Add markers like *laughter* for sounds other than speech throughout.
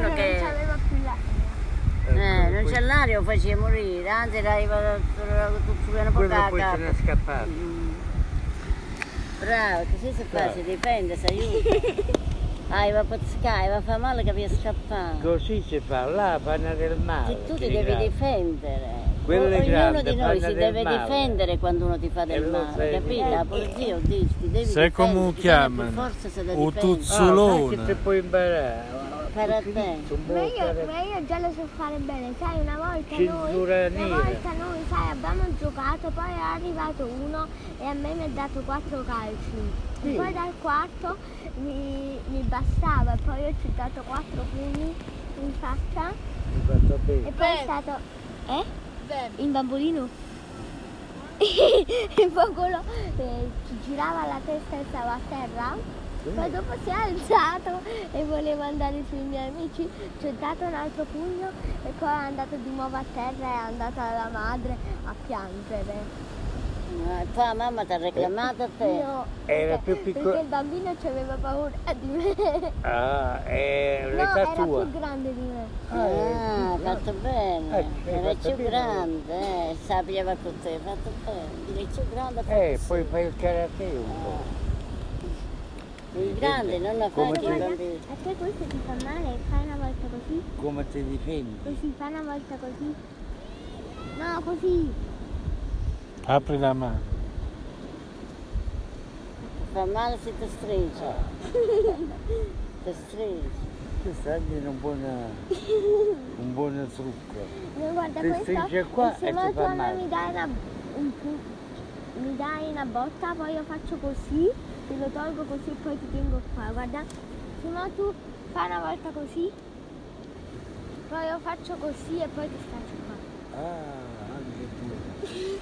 Eh, eh, Cellario lo faceva morire, anzi era arrivato su una Quello poca poi se ne è capa. scappato. Mm. Bravo, così si fa, Bravo. si difende, si aiuta. *laughs* Ah, va a pazzicare, va a fare male che vi scappato. Così si fa, là panna del mare. Se tu chi ti devi grande. difendere. Quello è Ognuno grande, di parla noi si del deve male. difendere quando uno ti fa E del lo Eh, male, sei. capito? La polizia dice, ti devi Sai difendere. come lo bisogna più chiamano? Forza se la O difendi. tuzzo. Oh, Solone. sai che te puoi imparare? Per a te. Un Ma buon io, carattere. ma io già lo so fare bene, sai, una volta Cintura noi, nera. una volta noi, sai, abbiamo giocato, poi è arrivato uno e a me mi ha dato quattro calci. Sì. Poi dal quarto mi, mi bastava, poi io ci ho dato quattro pugni in faccia Mi fatto e bene. poi è Beh. stato... Eh? Bene. In bambolino? *laughs* Il popolo eh, ci girava la testa e stava a terra. Poi dopo si è alzato e voleva andare sui miei amici, ci ho dato un altro pugno e poi è andato di nuovo a terra e è andata alla madre a piangere. Ah, Tua mamma ti ha reclamato a te. Eh. Io, Era perché- eh, più piccolo- Perché il bambino ci aveva paura di me. Ah, è No, l'età era tua. Eh, più grande di me. Ah, era Ah, più grande. fatto bene, Eh, ci hai era fatto più bene. grande, eh, sapeva con te, fatto bene, il più grande ha fatto Eh, sì. poi fai il karate un po'. il grande non la fa Come anche ti- il Guarda, bambino. a te questo ti fa male, fai una volta così, Come ti difendi? così, fai una volta così. No, così. Apri la mano. Fa male se ti *laughs* stringe. ti stringe. Questo è anche un *laughs* buon, un buon trucco. No, guarda, Ti questo stringe qua e se e no ti fa tua mamma male. mi dai una un pu- mi dai una botta, poi io faccio così, te lo tolgo così e poi ti tengo qua, guarda. Se no tu fai una volta così, poi io faccio così e poi ti faccio qua. Ah, anche tu.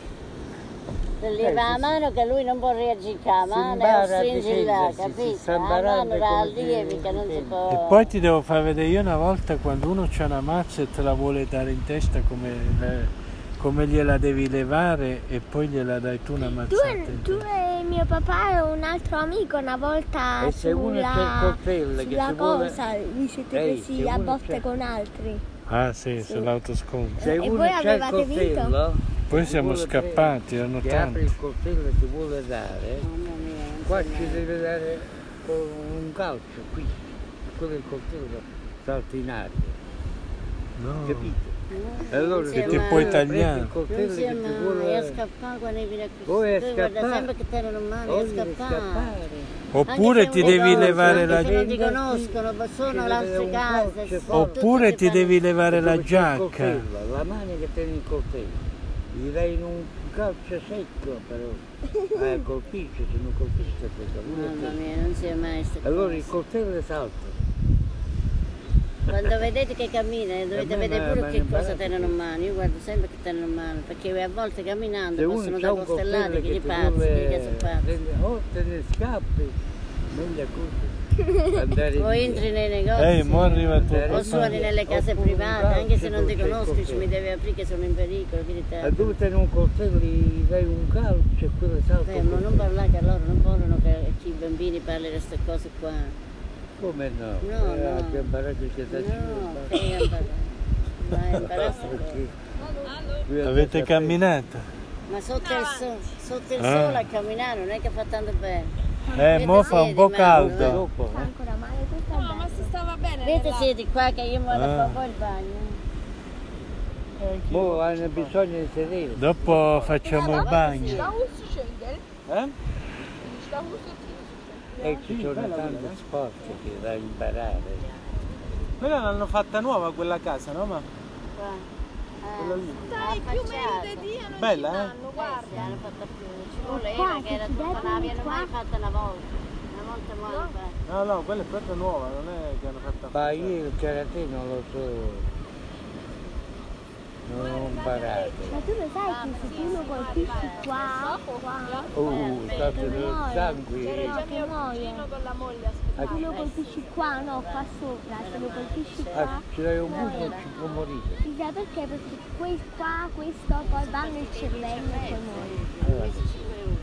Ti leva sì, la sì. mano che lui non può reagire con la mano e Eh, Si impara a lo stringe là, difendersi, si capito? sta La mano imparando la come si allievi che non si difende. può. E poi ti devo far vedere io una volta quando uno c'ha una mazza e te la vuole dare in testa come, le- come gliela devi levare e poi gliela dai tu una Tu mazzata. e, in tu testa. e mio papà e un altro amico una volta E se uno c'è il sulla, coltello che sulla si vuole- cosa vi siete Ehi, se presi a uno botte c'è- con altri. Ah sì, sull'autoscontro. Se E uno voi c'ha il avevate coltello, Poi ti siamo vuole bene, scappati, erano Ti apre tanti. il coltello e ti vuole dare, Mamma mia, non so qua ci neanche. deve dare con un calcio, qui. Quello è il coltello salta in aria, No. capito? No, E allora non che si Eh, ti è puoi mai- tagliare. prende il Non coltello si è che ti mai, è vuole... scappato quando viene qui. Oh, è Tu guarda scappato. sempre che te non mano, è voglio scappato. Oppure Anche se ti non devi conosco, levare la anche se non ti Venga qui, conoscono, ma sono deve le avere altre un case. coccio sono forte. tutte Oppure che ti fanno- devi levare la Dove c'è il giacca. coltello, La mano che tiene il coltello, gli dai in un calcio secco *laughs* però, eh, colpisce, se non colpisce questo. Mamma mia, non si è mai stato. Allora il coltello salta. Quando vedete che cammina, eh, dovete me vedere mi- pure mi che cosa imbarazza. tengono in mano. Io guardo sempre che tengono in mano, perché a volte camminando Se possono uno c'ha dare un costellate che coltello che gli ti pazzi, che vuole sono pazzi. prendere- o te ne scappi, meglio così, *laughs* O andare via. entri nei negozi. Ehi, Eh, mo arriva tuo O o suoni papà. nel- nelle case Oppure un private, anche se non ti calcio conosco, col ci mi coltello. devi aprire che sono in pericolo, quindi te- E dove tenere un coltello, gli dai un calcio e quello salta. Fermo, non parlare che a loro non vogliono che che i bambini parlino di queste cose qua. Come no? No, Eh, no. Abbiamo imparato che da No, che imbarazzo. Ma imbarazzo. Avete camminato? Ma sotto il, so- sotto il Ah. sole a camminare non è che fa tanto bene. Eh, mo fa un po' caldo. Dopo, Fa eh? ancora male, questo è No, ma bello. si stava bene. Vedete là. siete qua che io vado a fare Ah. un po' il bagno. Mo hanno bisogno di sedere. Dopo facciamo il bagno. Eh? E Eh, ci sono tanti sport che da imparare. Quella l'hanno fatta nuova quella casa, no? Eh, Ma Qua. Ah, Quella lì. Dai, più o meno di dia non Bella, ci eh? danno, guarda. l'hanno fatta più. Ci Qua, voleva che che era ci tutta una, dai l'avevano qua. mai fatta una volta. Una volta mai fatta. No, no, quella è proprio nuova, non è che hanno fatta Ma io il karate non lo so. Non ho imparato. Ma tu lo sai che se uno colpisci qua, qua, Oh, sta venendo il sangue. no, che muoio. Con la moglie, aspetta. Ah, Se lo colpisci qua, no, qua sopra, se lo colpisci ah, qua, ce l'hai un buco ci può morire. si sa perché? Perché questo qua, questo, poi vanno il cervello e poi muoiono. Questi 5 euro,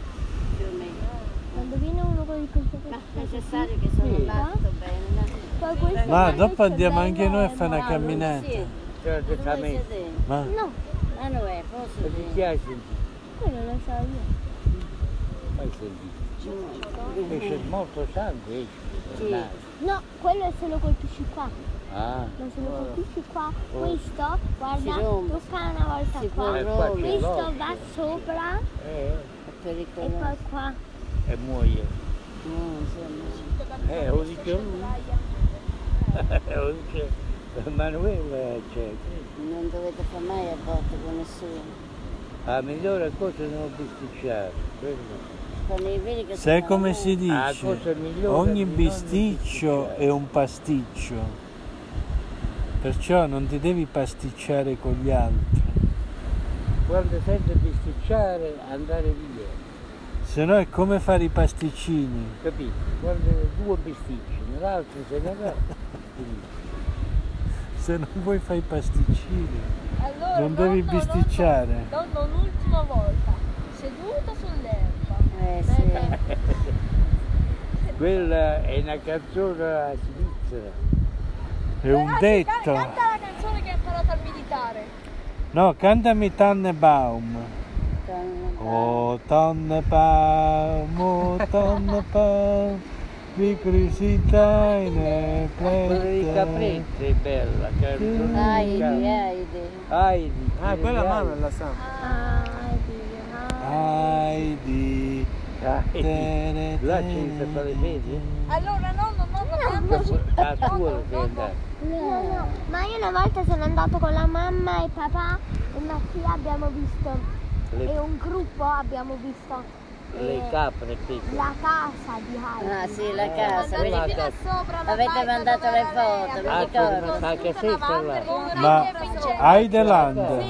più o meno. Quando viene uno con questo Ma è questo, necessario che sono Sì. fatto bene. poi questo Ma vanno il dopo andiamo cervello anche noi a fare una muoiono. camminata. Sì. E c'era il Dove testamento. siete? Ma No, Ah, non è, forse Ma ti piace? Fai quello lo so io. sentire. sì. Esce molto sangue, eh, esce. Sì. dai. No, quello è se lo colpisci qua. Ah, Ma se lo colpisci qua, Oh. questo, guarda, Si rompe. tocca una volta Si qua. Eh, può qua c'è rompere, Questo l'occhio. va sopra è eh, e pericoloso. poi qua. eh, e muoio. No, insomma. Eh, lo dice lui. *laughs* lo dice Manuela, cioè, Non dovete fare mai aborto con nessuno. la migliore cosa è non bisticciare. quello. Quando li vedi che sai sono come amore. si Ah, cosa dice? migliore Ogni di non bisticcio bisticciare. è un pasticcio. Perciò non ti devi pasticciare con gli altri. Quando sente bisticciare, andare via. Se no è come fare i pasticcini. Capito? Quando due bisticci, l'altro se ne va. Se non vuoi fare i pasticcini, Allora, non devi nonno, nonno, bisticciare. Nonno, un'ultima volta. Seduta sull'erba. Eh sì. Quella Eh, è una canzone svizzera. È un detto. Ah, Canta la canzone che ha imparato al militare. No, cantami Tannenbaum. Con- Oh Tannenbaum, oh Tannenbaum, di curiosità in Ecco. Quella di Capretta è bella, canzone. Ai, ai, ai. Aidi. Ah, quella mano Aidi. la sa. Ah, Dio. Ai di Aidi. Eh, Là ci si fa le Ah, medie. Allora, nonno, nonno, cantaci. A scuola sei andato. No, no, ma io una volta sono andato con la mamma e papà e Mattia abbiamo visto, e Le, un gruppo abbiamo visto le capre piccole. la casa di Heidi. Ah sì, la casa. Andate vedi- Eh. fino a sopra la Avete barca mandato dove le era lei, foto, abbiamo mi ricordo. costruito Ah, che una setta là. barca con un Ma- regno e Vincenzo. Ecco. Heideland.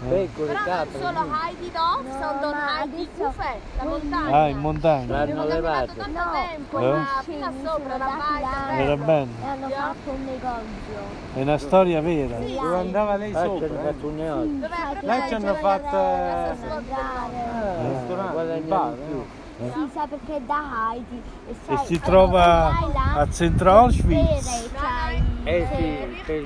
Sì, Piccole però non capre. solo Heidi Dog, No, sono Don ma Heidi adesso- Buffet, la montagna. Ah, in montagna. L'hanno camminato levate. tanto No. tempo, Eh? ma fino a sopra la barca. Era E bello. hanno fatto un negozio. È una storia vera. Dove andava Ah, lei ci hanno sopra? eh? fatto un oggi. Dove Cioè, era che Là ci hanno facevano fatto, la eh, mangiare. Ah, ristorante, guadagnano bar, eh. più. no? Si sa perché è da Heidi. E, Eh? E sai, si trova vai là, a centro Auschwitz. vere, c'hai- Eh sì, per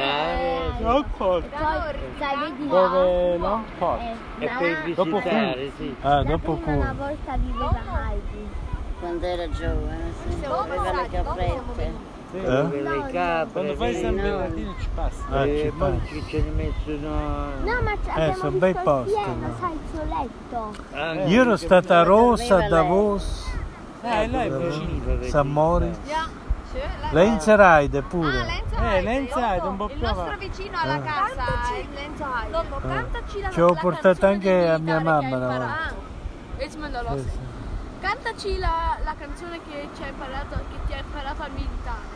visitare. Non porta. poi, sai, vedi là, Oh, Dove non porta. eh, E ma per là- Dopo visitare, sì. Ah, la dopo prima pure. una volta viveva Heidi. Quando era giovane, sì. Aveva le caprette. Sì. Eh? Le capre. Quando fai le- San no. Bernardino ci passa. Ah, Eh, ci poi passa. ci ce ne mettono... No, ma ci Eh, abbiamo son visto bei il posti, pieno, no? sai, il suo letto. anche- Io ero stata a Rosa, a Dormiva lei. Davos, Eh, lei è vicino. Sì. Ah, San Moritz. Eh, Lenzo Lenz Ride pure. Eh, Lenzo Hyde, un po' Il più nostro avanti. vicino alla casa è Lenzo Hyde. Nonno, cantaci la Eh. Ci ho la portato canzone anche del a mia militare che mamma hai una imparato. Ah, It's Mandaloso. Cantaci la, la canzone che ci hai imparato, che ti ha imparato al militare.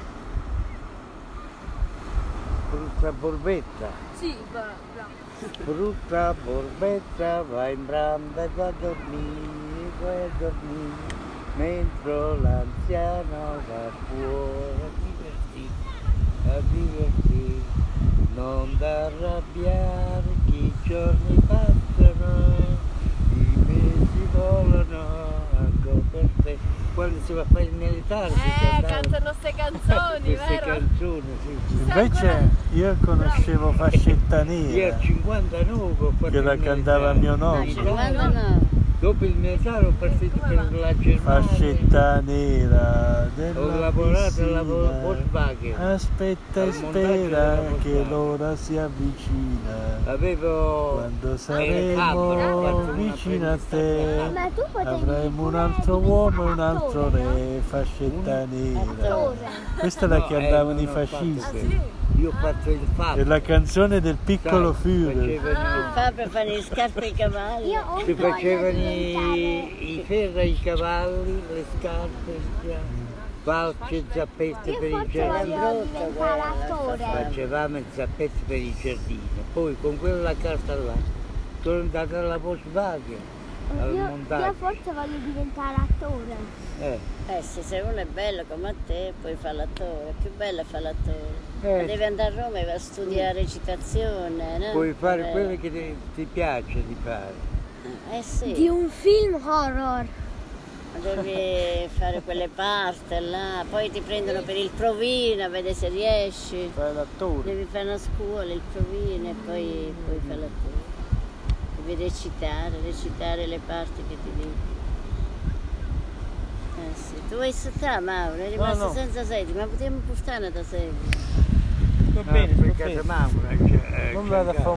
Brutta borbetta, Sì, bra- bravo. brutta borbetta, vai in branda e va a dormire, vai a dormire, mentre l'anziano va fuori a divertirsi, a divertirsi. Non da arrabbiare che i giorni passano, i mesi volano, anche per te. Quando si va a fare il militare si Eh, cantava cantano ste canzoni, queste vero? canzoni, sì. Invece io conoscevo Fascetta Io Nera, a 59 ho fatto che la il eh. cantava mio militare. No, nonno. 59. Dopo il militare ho partito per la Germania. Fascetta nera Ho della lavorato alla Vol- piscina. Volkswagen. Eh? Aspetta e Al montaggio della spera che Volkswagen. l'ora si avvicina. Avevo Quando eh, labbra, ho fatto saremo una vicini a presa. te Ma tu potevi Eh, avremo un pure altro diventare uomo e un altro attore, no? re, fascetta nera. Attore. Questa è la che No, eh, andavano non i ho fatto fascisti. quello. Io ho fatto il È fatto. la canzone del piccolo Führer. Facevano, Ah, Fa per fare gli scarpe ai cavalli. Io ho si un facevano diventare... i, i ferri ai cavalli, le scarpe, le falce, zappette per Io i cioè, forse giardini. volevo diventare attore. Facevamo il zappetto per il giardino, poi con quella carta là sono andato alla Volkswagen, al Io, io montaggio. forse voglio diventare attore. Eh, Eh sì, se uno è bello come te, poi fa l'attore. Più bello è fare l'attore. Eh. Ma devi andare a Roma e va a studiare recitazione, no? puoi fare Eh, quello che ti, ti piace di fare. Eh sì. Di un film horror. Devi fare quelle parti là, poi ti prendono per il provino a vedere se riesci. Fai l'attore. Devi fare una scuola, il provino e poi puoi fare la tua. Devi recitare, recitare le parti che ti dico. Eh sì, tu vuoi sottare Mauro, è rimasto no. senza sedi, ma potremmo portare da sedi. Va bene, va perché bene. Mauro. Non vado a fare